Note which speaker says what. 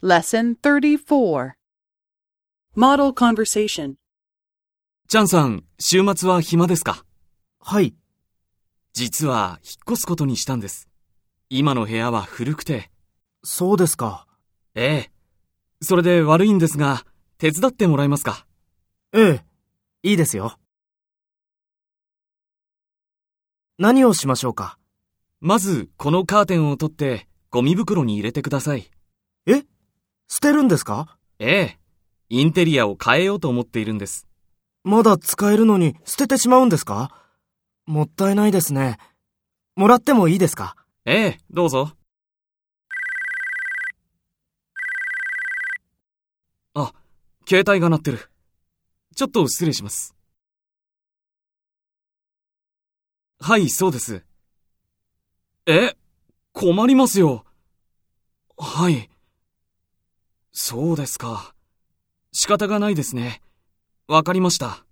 Speaker 1: Lesson 34 Model Conversation
Speaker 2: ちゃんさん、週末は暇ですか
Speaker 3: はい。
Speaker 2: 実は引っ越すことにしたんです。今の部屋は古くて。
Speaker 3: そうですか。
Speaker 2: ええ。それで悪いんですが、手伝ってもらえますか
Speaker 3: ええ。いいですよ。何をしましょうか
Speaker 2: まず、このカーテンを取って、ゴミ袋に入れてください。
Speaker 3: え捨てるんですか
Speaker 2: ええ。インテリアを変えようと思っているんです。
Speaker 3: まだ使えるのに捨ててしまうんですかもったいないですね。もらってもいいですか
Speaker 2: ええ、どうぞ。あ、携帯が鳴ってる。ちょっと失礼します。はい、そうです。え、困りますよ。はい。そうですか。仕方がないですね。わかりました。